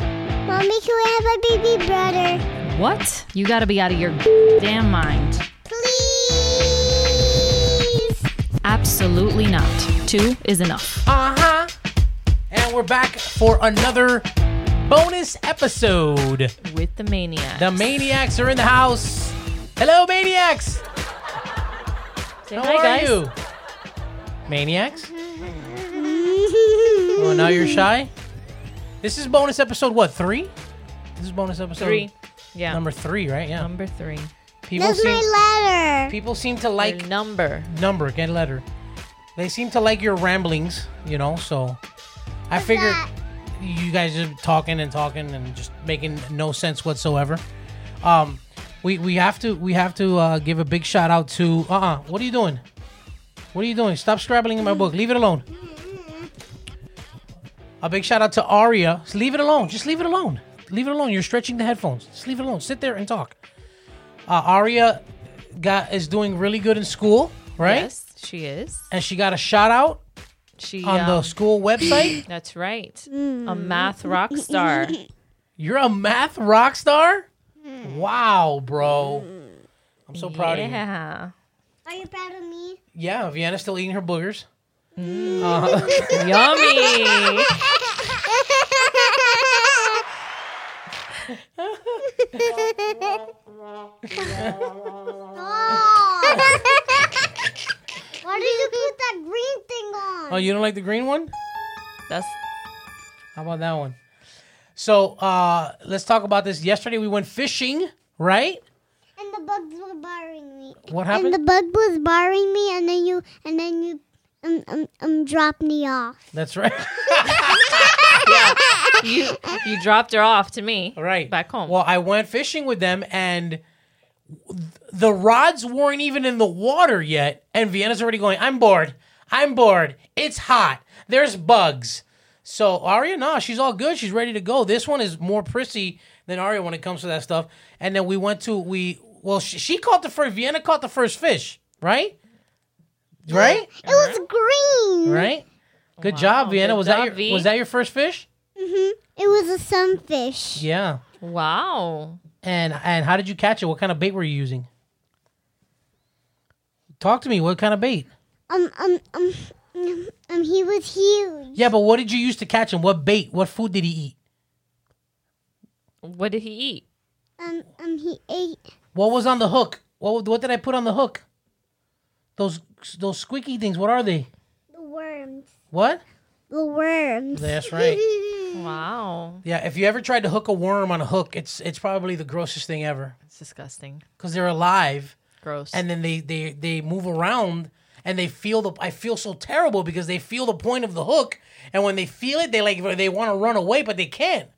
Mommy, can we have a baby brother? What? You gotta be out of your damn mind. Please. Absolutely not. Two is enough. Uh huh. And we're back for another bonus episode. With the maniac. The maniacs are in the house. Hello, maniacs. Say How hi, are guys. you? Maniacs. Oh, now you're shy. This is bonus episode what three? This is bonus episode Three. Um, Yeah. number three, right? Yeah. Number three. People That's seem my letter. people seem to Like like number. number. Get a letter. They seem to like your ramblings, you know. So I figured that? you guys are talking and talking and just making no sense whatsoever. Um, we we have to we have to uh, give a big shout out to uh uh What are you doing? What are you doing? Stop scrabbling in my book. Leave it alone. A big shout out to Aria. Just leave it alone. Just leave it alone. Leave it alone. You're stretching the headphones. Just leave it alone. Sit there and talk. Uh, Aria got is doing really good in school, right? Yes, she is. And she got a shout out She on the um, school website. That's right. A math rock star. You're a math rock star? Wow, bro. I'm so proud of you. yeah. Are you proud of me? Yeah, Vienna's still eating her boogers. Uh, Yummy. Why did you put that green thing on? Oh, you don't like the green one? That's How about that one? So uh let's talk about this. Yesterday we went fishing, right? and the bugs were bothering me. What And the happened? bug was bothering me, and then you, and then you, um, um, um dropped me off. That's right. you you dropped her off to me. right. Back home. Well, I went fishing with them and th- the rods weren't even in the water yet, and Vienna's already going, I'm bored. I'm bored. It's hot. There's bugs. So Aria, no, she's all good. She's ready to go. This one is more prissy than Aria when it comes to that stuff. And then we went to we well, she, she caught the first. Vienna caught the first fish, right? Right, It was green. right. Good job, Vienna. Oh, good Was job, that your V. was that your first fish? Mm-hmm. It was a sunfish. Yeah. wow. And and how did you catch it? What kind of bait were you using? Talk to me. What kind of bait? Um, um, um, um, um, he was huge. Yeah, but what did you use to catch him? What bait? What food did he eat? What did he eat? Um, um, he ate. What was on the hook? What what did I put on the hook? Those those squeaky things. What are they? The worms. What? The worms. That's right. Wow. Yeah, if you ever tried to hook a worm on a hook, it's it's probably the grossest thing ever It's disgusting. because they're alive Gross. and then they they they move around and they feel the I feel so terrible because they feel the point of the hook and when they feel it they like they want to run away but they can't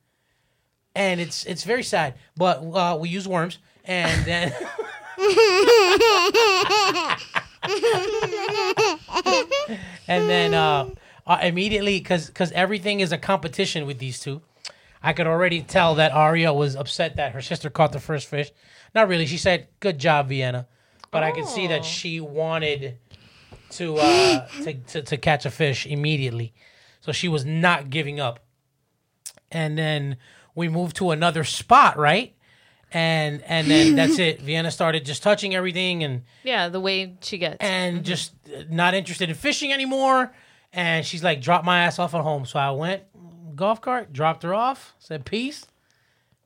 and it's it's very sad but uh, we use worms and then and then uh, uh immediately because because everything is a competition with these two I could already tell that Aria was upset that her sister caught the first fish not really she said good job Vienna but I could see Oh. that she wanted to uh to, to to catch a fish immediately so she was not giving up and then we moved to another spot right and and then that's it vienna started just touching everything and yeah, the way she gets. and just not interested in fishing anymore and she's like drop my ass off at home so i went golf cart dropped her off said peace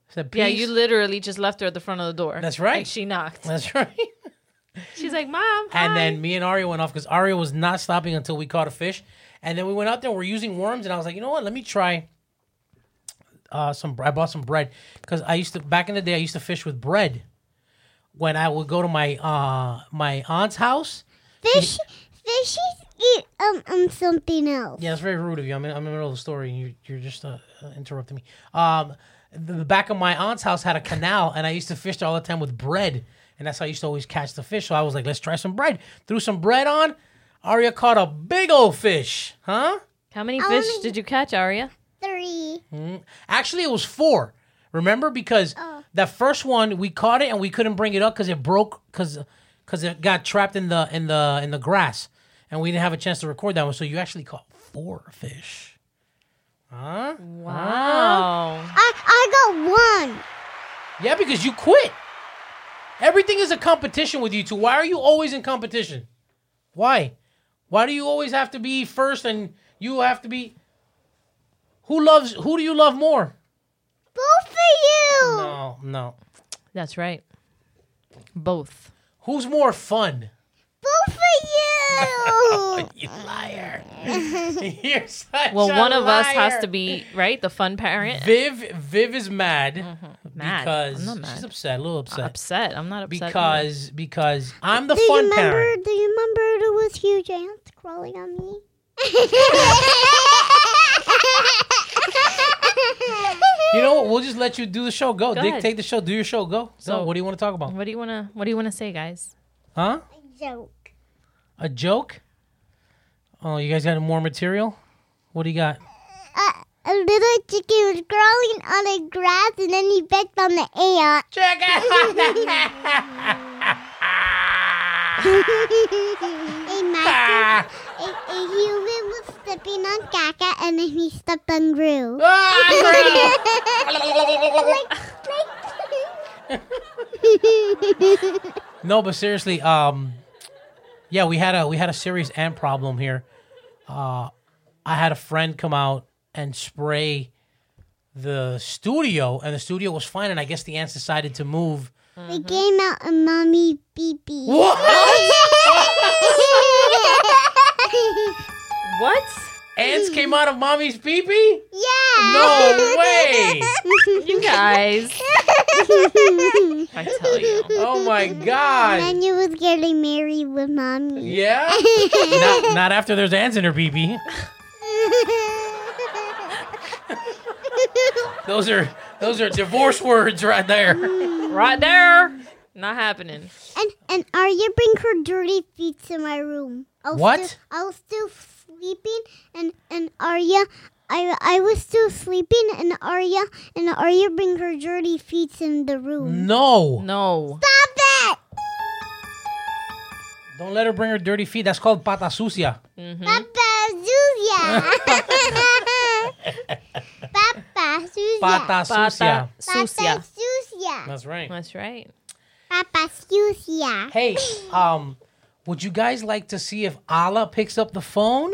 said peace yeah, you literally just left her at the front of the door. That's right. And she knocked. that's right She's like, Mom. And hi." then me and Aria went off because Aria was not stopping until we caught a fish. And then we went out there. We're using worms, and I was like, you know what? Let me try uh, some. bre- I bought some bread because I used to back in the day. I used to fish with bread when I would go to my uh, my aunt's house. Fish, fishes eat um um something else. Yeah, that's very rude of you. I'm in, I'm in the middle of the story, and you're, you're just uh, uh, interrupting me. Um, the, the back of my aunt's house had a canal, and I used to fish there all the time with bread, and that's how I used to always catch the fish. So I was like, let's try some bread. Threw some bread on. Aria caught a big old fish, huh? How many fish did you catch, Aria? Three. Mm. Actually, it was four. Remember, because the first one we caught it and we couldn't bring it up because it broke because because it got trapped in the in the in the grass, and we didn't have a chance to record that one. So you actually caught four fish. Huh? Wow. I I got Yeah, because you quit. Everything is a competition with you two. Why are you always in competition? Why? Why do you always have to be first and you have to be Who loves who do you love more? Both of you. No, no. That's right. Both. Who's more fun? Both of you. You liar. You're such Well, a one of us has liar. to be right. The fun parent. Viv Viv is mad Mm-hmm. Mad. because I'm not she's mad. upset, a little upset. upset. I'm not upset. because because I'm the do you fun remember? parent. Do you remember there was huge ants crawling on me? You know what? We'll just let you do the show. Go, Go Dick. ahead. Take the show. Do your show. Go. So, So- what do you want to talk about? What do you wanna? What do you wanna say, guys? Huh? Joke. A joke? Oh, you guys got any more material? What do you got? A, a little chicken was crawling on the grass and then he bit on the ant. a, micro, a, a human was stepping on caca and then he stepped on Gru. Ah, no, but seriously, um, yeah, we had a we had a serious ant problem here. Uh, I had a friend come out and spray the studio, and the studio was fine. And I guess the ants decided to move. They came out and mommy beep beep. What? What? ants came out of mommy's pee pee? yeah. No way! You guys. I tell you. Oh my and god! then you was getting married with mommy. Yeah. Not, not after there's ants in her pee pee. Those are those are divorce words right there. Right there. Not happening. and and Arya bring her dirty feet to my room. I was What? Still, I was still sleeping, and and Arya, I I was still sleeping, and Arya and Arya bring her dirty feet in the Mm. room. No. No. Stop it! Don't let her bring her dirty feet. That's called pata sucia. Papa Zulia. Papa Zulia. Pata Pata sucia. Papa sucia. Zulia. That's right. That's right. Papa Zulia. Hey, um, would you guys like to see if Allah picks up the phone?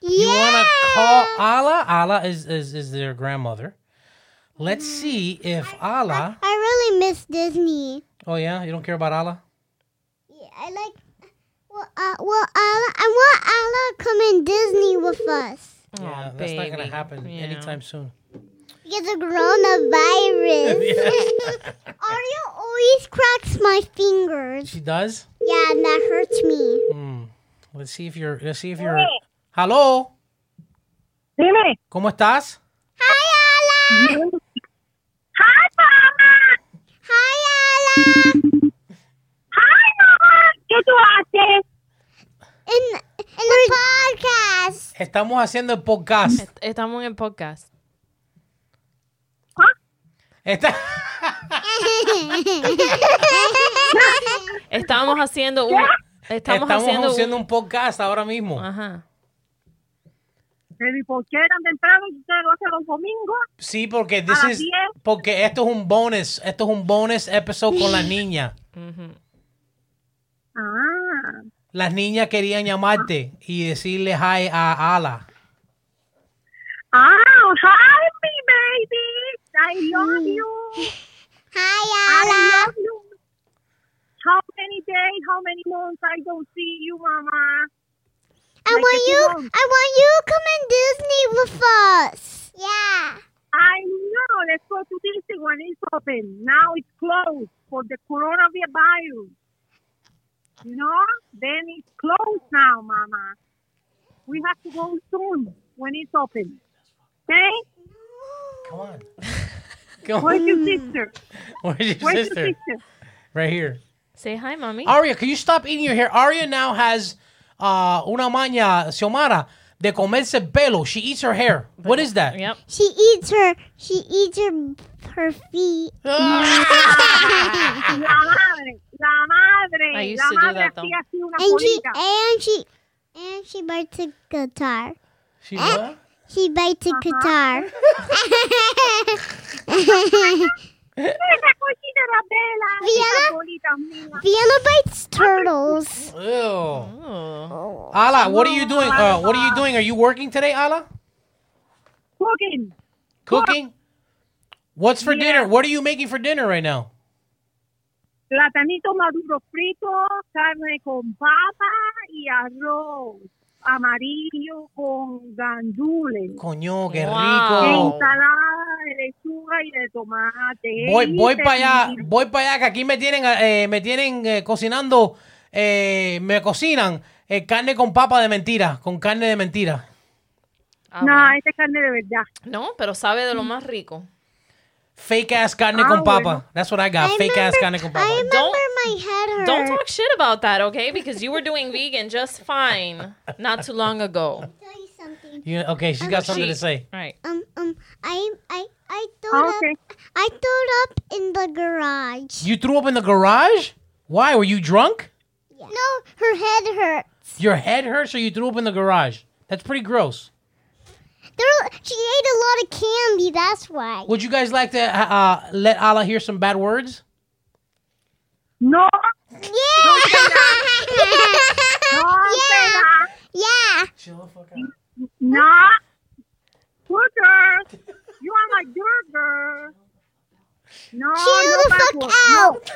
You wanna call Allah? Allah is is, is their grandmother. Let's Mm. see if Allah I really miss Disney. Oh yeah, you don't care about Allah? Yeah, I like. Well, uh, well, Allah, I want Allah to come in Disney with us. yeah, Aw, that's not gonna baby. happen Yeah. anytime soon. Because of coronavirus. Arya always cracks my fingers. She does? Yeah, and that hurts me. Hmm. Let's see if you're let's see if you're Hello? Dime. ¿Cómo estás? Hi, Allah. Hi, mamá. Hi, Allah. Hi, mamá. ¿Qué tú haces? in, in the podcast. Estamos haciendo el podcast. Est- Estamos en el podcast. Está- Estamos haciendo un. Estamos, Estamos, haciendo, haciendo un. Ah. un podcast ahora mismo. Ajá. ¿Y por qué eran temprano y ustedes lo hacen los domingos? Sí, porque this las is 10. porque esto es un bonus, esto es un bonus episode con las niñas. Ah. Las niñas querían llamarte y decirle hi a Ala. Ah, hi, my baby. I love you. Hi, I Allah. love you. How many days, how many months I don't see you, mamá? I Like want if you you. want. I want you to come in Disney with us. Yeah. I know. Let's go to Disney when it's open. Now it's closed for the coronavirus. You know? Then it's closed now, Mama. We have to go soon when it's open. Okay? Come on. Come Where's on. your sister? Where's your Where's sister? your sister? Right here. Say hi, mommy. Aria, can you stop eating your hair? Aria now has uh, una maña, Xiomara, de comerse el pelo. She eats her hair. What is that? Yep. She eats her. She eats her her feet. La madre, la madre, I used la to do madre that, though. hacía así una And she colita. and she and she bites a guitar. She what? Uh-huh. She bites a guitar. Esa cochinera Bella. Vienna? Esa bolita mía. Vienna bites turtles. Ew. Oh. Ala, what are you doing? Uh, what are you doing? Are you working today, Ala? Cooking. Cooking? What's for dinner? What are you making for dinner right now? Platanito maduro frito, carne con papa y arroz amarillo con gandules. E Coño, qué Wow. rico. Ensalada de lechuga y de tomate. Este Voy, voy Ese para allá, es mi- voy para allá, que aquí me tienen, eh, me tienen eh, cocinando, eh, me cocinan eh, carne con papa de mentira, con carne de mentira. Ah, No, bueno. esta es carne de verdad. No, pero sabe de lo más rico. Fake ass carne Ah, con papa. bueno. That's what I got. I Fake ass remember- carne con papa. I remember my head hurt. Don't talk shit about that, okay? Because you were doing vegan just fine not too long ago. tell you something. You- okay, she's got something to She- say. Right. Um, um, I, I, I Ah, threw okay. up. I threw up in the garage. You threw up in the garage? Why? Were you drunk? No, her head hurt. Your head hurts, or you threw up in the garage? That's pretty gross. There, she ate a lot of candy. That's why. Would you guys like to uh, uh, let Allah hear some bad words? No, Yeah. no, yeah. Bella, Yeah. Chill the fuck out. no. Hooker, you are my burger. No, Chill no the fuck backward. out.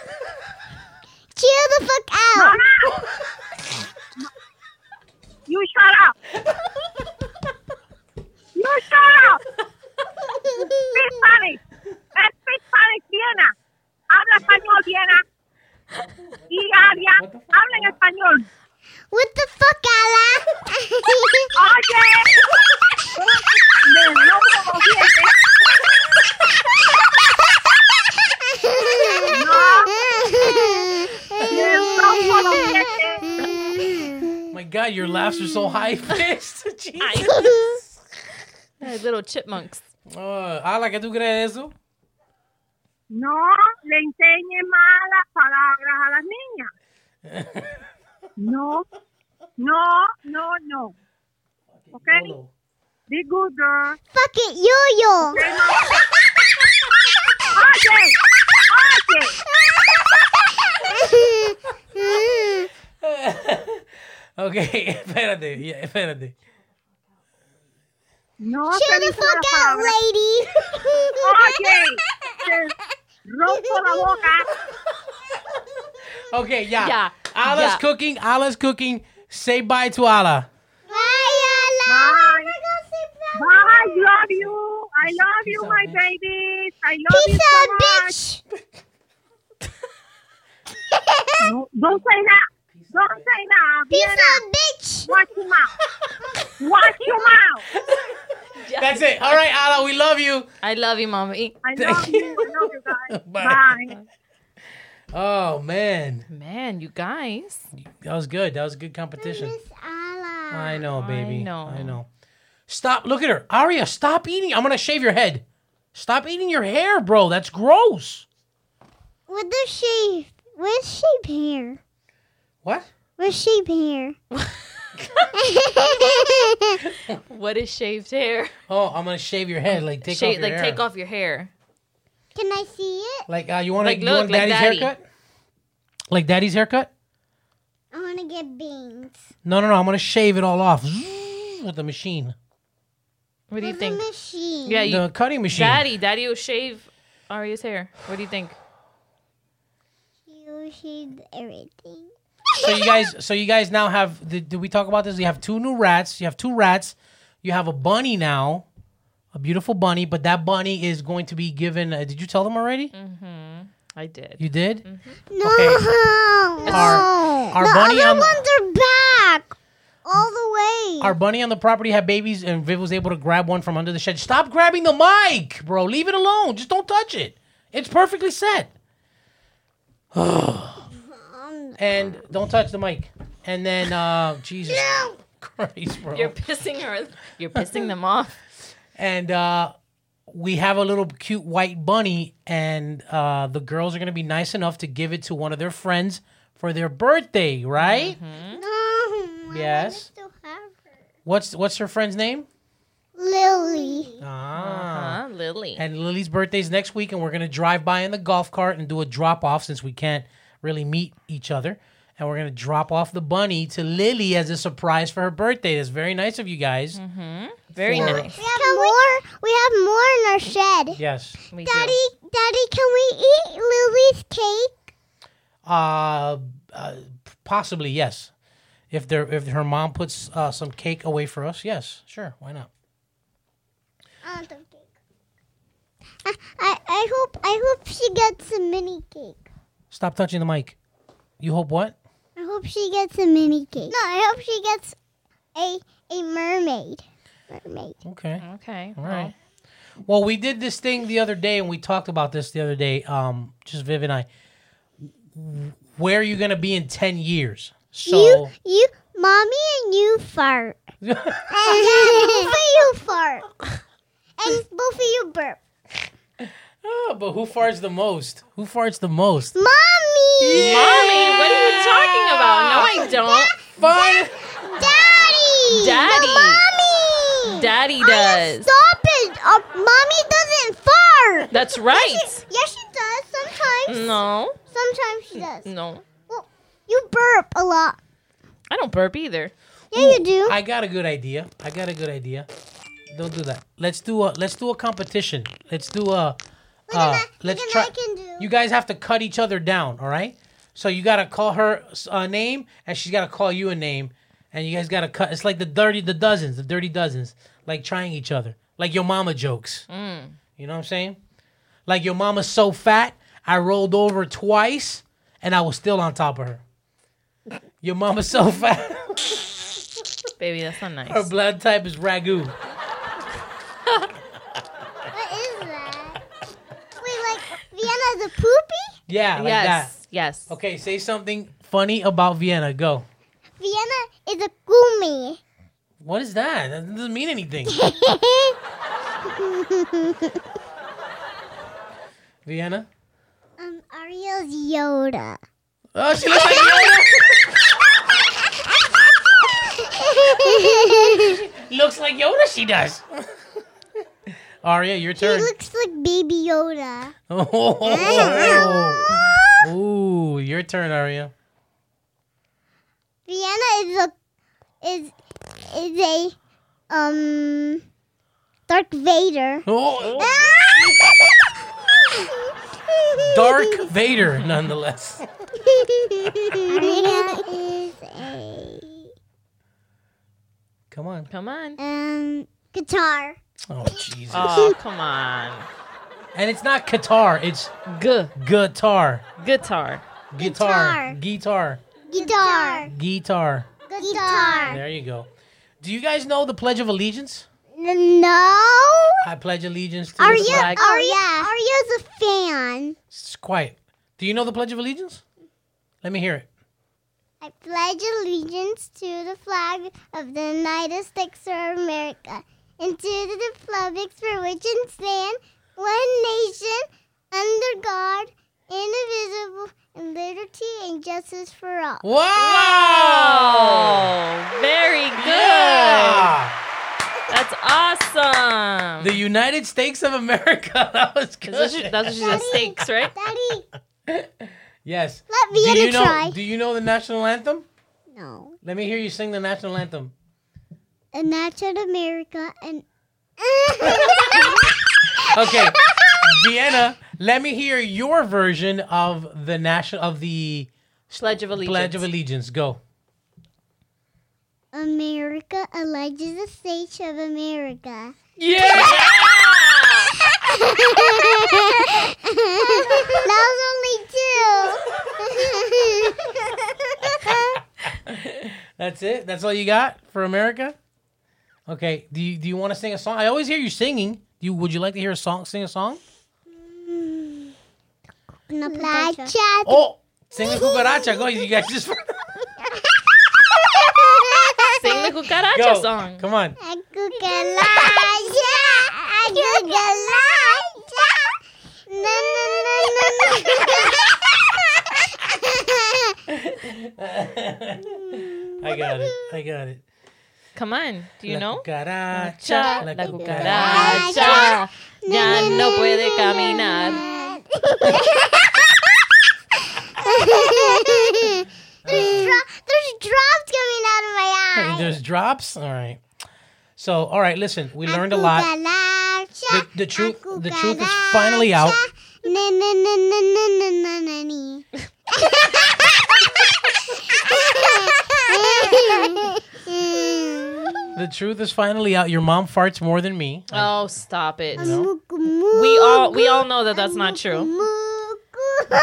Chill the fuck out. No. you shut up. You shut up. Speak Spanish. Eh, Speak Spanish, Viena. Habla español, Viena. Y Aria, habla en español. What the fuck, Ala? Oye. Me dio como siete. Me dio como siete. My God, your laughs are so high pitched. Jesus. Like little chipmunks. Uh, Ala, ¿qué tú crees de eso? No le enseñe malas palabras a las niñas. No, no, no, no. ¿Ok? Be good girl. Fuck it, yo-yo. Oye, oye. Ok, espérate, yeah, espérate. No Chill te the dice fuck malas out, palabras. lady. Oye, te rompo la boca. Ok, ya. Ya, Ala's ya. cooking, Ala's cooking. Say bye to Allah. Bye, Ala. Bye. Bye. Bye. I love you. I love you, out, my bitch. babies. I love you Peace so out, much. bitch. No, don't say that. Don't say that. Peace Viena. out, bitch. Watch your mouth. Watch your mouth. That's it. All right, Allah, we love you. I love you, mommy. I love you. I love you guys. Bye. Bye. Oh, man. Man, you guys. That was good. That was a good competition. Miss Ala. I know, baby. I know. know. Stop. Look at her. Aria, stop eating. I'm going to shave your head. Stop eating your hair, bro. That's gross. With the sheep. With sheep hair. What? With sheep hair. What is shaved hair? Oh, I'm going to shave your head. Like, take Shave, off your like hair. take off your hair. Can I see it? Like, uh, you want to Like, you look, want like daddy's daddy. haircut? Like daddy's haircut? I want to get beans. No, no, no. I'm going to shave it all off with the machine. What do you With think? a machine. Yeah, you, The cutting machine. daddy, daddy will shave Aria's hair. What do you think? You shave everything. So you guys, so you guys now have. Did, did we talk about this? You have two new rats. You have two rats. You have a bunny now, a beautiful bunny. But that bunny is going to be given. Uh, did you tell them already? I did. You did. No. Our- our the bunny other on- ones are back. All the way. Our bunny on the property had babies, and Viv was able to grab one from under the shed. Stop grabbing the mic, bro. Leave it alone. Just don't touch it. It's perfectly set. and don't touch the mic. And then, uh, Jesus Christ, bro. You're pissing her. You're pissing them off. and uh, we have a little cute white bunny, and uh, the girls are gonna be nice enough to give it to one of their friends for their birthday, right? no. Yes. I wanna still have her. What's what's her friend's name? Lily. Ah, Huh? Lily. Lily. And Lily's birthday's next week, and we're gonna drive by in the golf cart and do a drop off since we can't really meet each other. And we're gonna drop off the bunny to Lily as a surprise for her birthday. That's very nice of you guys. Very for- nice. We have more. We, have more in our shed. Yes. We do. Daddy, Daddy, can we eat Lily's cake? Uh, uh possibly yes. If there, if her mom puts uh, some cake away for us, yes, sure, why not? I want some cake. I, I, I hope I hope she gets a mini cake. Stop touching the mic. You hope what? I hope she gets a mini cake. No, I hope she gets a a mermaid. Mermaid. Okay. Okay. All right. Well, we did this thing the other day, and we talked about this the other day. Um, just Viv and I. Where are you gonna be in ten years? So You you mommy and you fart. Ah, both of you fart. And both of you burp. Oh, but who farts the most? Who farts the most? Mommy! Mommy, what are you talking about? No, I don't. Fart. Daddy! Daddy. The mommy! Daddy Aya, does. Stop it! Uh, mommy doesn't fart! That's right. Yes, she does sometimes. No, Sometimes she does. no. Well, you burp a lot. I don't burp either. Yeah, you do. I got a good idea. I got a good idea. Don't do that. Let's do a let's do a competition. Let's do a. Uh, I- look let's at try. I can do. You guys have to cut each other down. All right. So you gotta call her s- a name, and she's gotta call you a name, and you guys gotta cut. It's like the dirty, the dozens, the dirty dozens, like trying each other, like your mama jokes. You know what I'm saying? Like your mama's so fat, I rolled over twice, and I was still on top of her. Your mama's so fat. Baby, that's not Her nice. blood type is ragu. What is that? Wait, like Vienna's a poopy? Yeah, like that. yes. Yes. Okay, say something funny about Vienna. Go. Vienna is a goomy. What is that? That doesn't mean anything. Vienna. um, Ariel's Yoda. Oh, she looks like Yoda. looks like Yoda. She does. Aria, your He turn. looks like Baby Yoda. Oh. Ooh, your turn, Aria. Vienna is a is is a um Dark Vader. Oh, Dark Vader, nonetheless. Ariel is a Come on. Come on. um guitar. Oh, Jesus. Oh, come on. and it's not Qatar. It's G. guitar. Guitar. Guitar. Guitar. Guitar. Guitar. Guitar. There you go. Do you guys know the Pledge of Allegiance? No. Oh, I pledge allegiance to the Arya, flag. Arya, Arya's a fan. It's quiet. Do you know the Pledge of Allegiance? Let me hear it. I pledge allegiance to the flag of the United States of America and to the republic for which it stands, one nation, under God, indivisible, and liberty and justice for all. Wow! Oh, very good. Yeah! That's awesome. The United States of America. That was good. Is this- that's what she said, steaks, right? Daddy, yes. let Do Vienna you know? try. Do you know the national anthem? No. Let me hear you sing the national anthem. And that's in America and. Okay, Vienna. Let me hear your version of the national of the Pledge of Allegiance. Pledge of Allegiance. Go. America alleges the states of America. Yeah. that was only two. That's it. That's all you got for America. Okay. Do you do you want to sing a song? I always hear you singing. Do you would you like to hear a song? Sing a song. La chat. Oh, sing a cucaracha. Go. You guys just Sing the cucaracha go. song. Come on. A cucaracha. A cucaracha. No, no, no, no, no. I got it. I got it. Come on. Do you La know? Cucaracha. La La cucaracha. cucaracha. Ya no puede caminar. there's, dro- there's drops coming out of my eye. Hey, There's drops. All right. So, all right. Listen, we learned a lot. The, Cucaracha, the truth, a the truth is finally out. cucaracha. Na, na, na, na, na, na, na, na, ni. The truth is finally out. Your mom farts more than me. Oh, stop it. Muku, muku, We all we all know that that's not true. muku.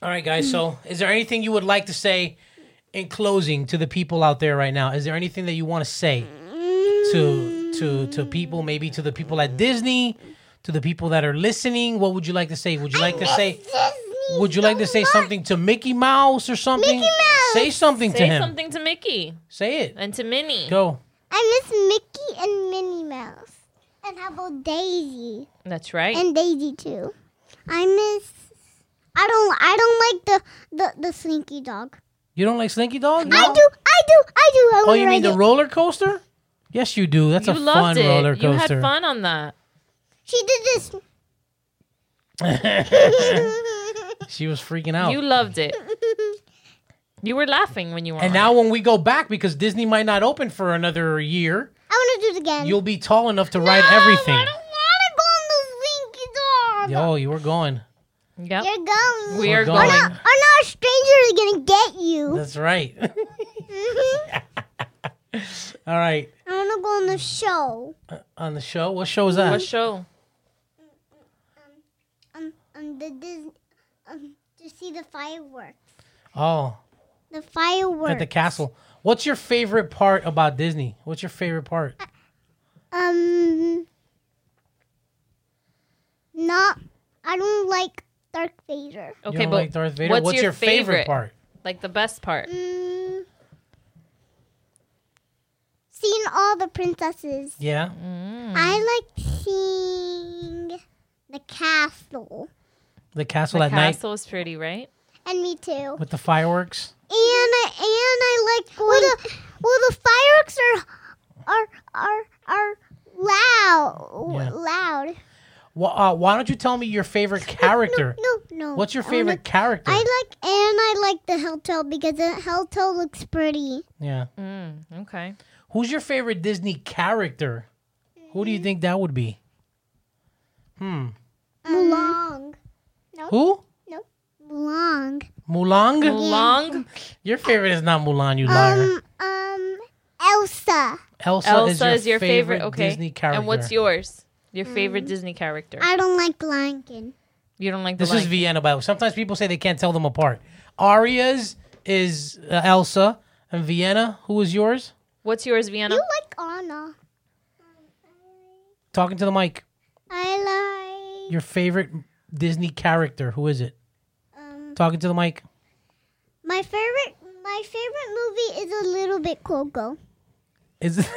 All right, guys. So, is there anything you would like to say in closing to the people out there right now? Is there anything that you want to say to to to people, maybe to the people at Disney, to the people that are listening? What would you like to say? Would you like to say? Disney Would you like to so say much. something to Mickey Mouse or something? Mickey Mouse. Say something to Say him. something to Mickey Say it. and to Minnie. Go. I miss Mickey and Minnie Mouse. And how about Daisy? That's right. And Daisy too. I miss I don't I don't like the the, the slinky dog. You don't like Slinky Dog? I do I do I do I Oh, wanna you mean ride the it. roller coaster? Yes, you do. That's You a fun loved roller it. You had coaster. fun on that. She did this She was freaking out. You loved it. You were laughing when you were. and on now when we go back, because Disney might not open for another year, I wanna do it again. you'll be tall enough to ride No, I everything. don't wanna go on the slinky dog. Yo, you were going. it. Yep. You're going. We We're are Or going. going. not, or not a stranger is gonna get you. That's right. Mhm. All right. I wanna go on the show. On the show, what show is that? What show? Um um the Disney um to see the fireworks. oh, The fireworks. at the castle. What's your favorite part about Disney? What's your favorite part? Um, not. I don't like Darth Vader. You Okay, don't but like Darth Vader? what's your favorite favorite? part? like the best part. Mm, seen all the princesses. Yeah. Mm, Hmm. I like seeing the castle. The castle the at night castle is pretty, right? And me too. with the fireworks. And I and I like well the well the fireworks are are are are loud Yeah. loud. Well, uh, why don't you tell me your favorite character? No no. What's your I wanna- favorite character? I like and I like the hotel because the hotel looks pretty. yeah. Mm, okay. Who's your favorite Disney character? Who do you think that would be? Hmm. Mulong. Who? Mulong. Mulang? Long Your favorite is not Mulan, you liar. Um um Elsa. Elsa, Elsa is your, favorite, Okay. Disney character. Mm. And what's yours? Your favorite Disney character? I don't like Lincoln. You don't like the This is Lion- Vienna, by the way. Sometimes people say they can't tell them apart. Aria's is uh, Elsa, and Vienna. Who is yours? What's yours, Vienna? You like Anna. Talking to the mic. I like Your favorite Disney character. Who is it? um Talking to the mic. my favorite my favorite movie is a little bit Coco. Is is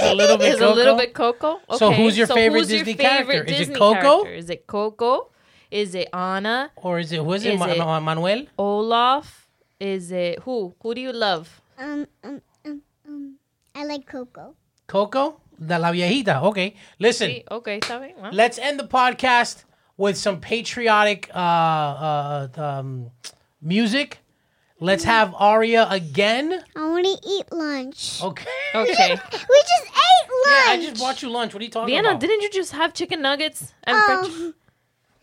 a little bit. is a little Coco? bit Coco. Okay. So who's your favorite Disney character? Is it Coco? character? Is it Coco? Is it Anna? Or is it? Who is it? Is Ma- it- Ma- Manuel. Olaf? Is it who? Who do you love? Um um um um I like Coco. Coco, the la viejita. Okay, listen. See? Okay, está bien, well. Let's end the podcast with some patriotic uh, uh, um, music. Let's Mm-hmm. have Aria again. I wanna eat lunch. Okay. Okay. We just ate Oh. Yeah, I lunch. just bought you lunch. What are you talking Vienna, about? didn't you just have chicken nuggets and Ah. french? oh.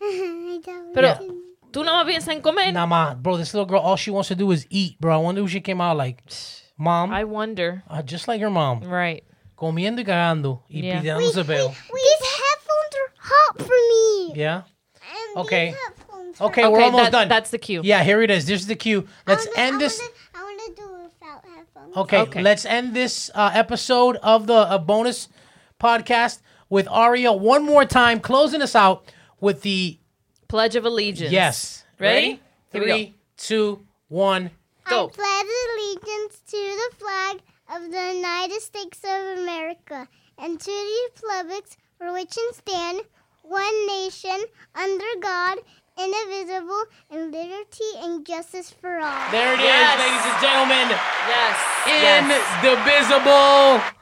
I don't Pero like it. tú no más piensas en comer. Nah, ma, bro. This little girl, all she wants to do is eat, bro. I wonder who she came out like. Mom, I wonder. uh, just like your mom, Right. comiendo y cagando y Yeah. pidiéndose peo. These headphones are hot for me. Yeah. And Okay. These headphones Okay, okay, we're that- almost done. That's the cue. yeah, here it is. This is the cue. Let's I wanna- end I this. wanna- I want to do it without headphones. Okay, Okay. let's end this uh, episode of the uh, bonus podcast with Aria one more time, closing us out with the Pledge of Allegiance. yes. Ready? Here we go. Three, two, one. Go. I pledge allegiance to the flag of the United States of America and to the republics for which it stands, one nation, under God, indivisible, and liberty and justice for all. There it is, Yes. ladies and gentlemen. Yes. yes. Indivisible.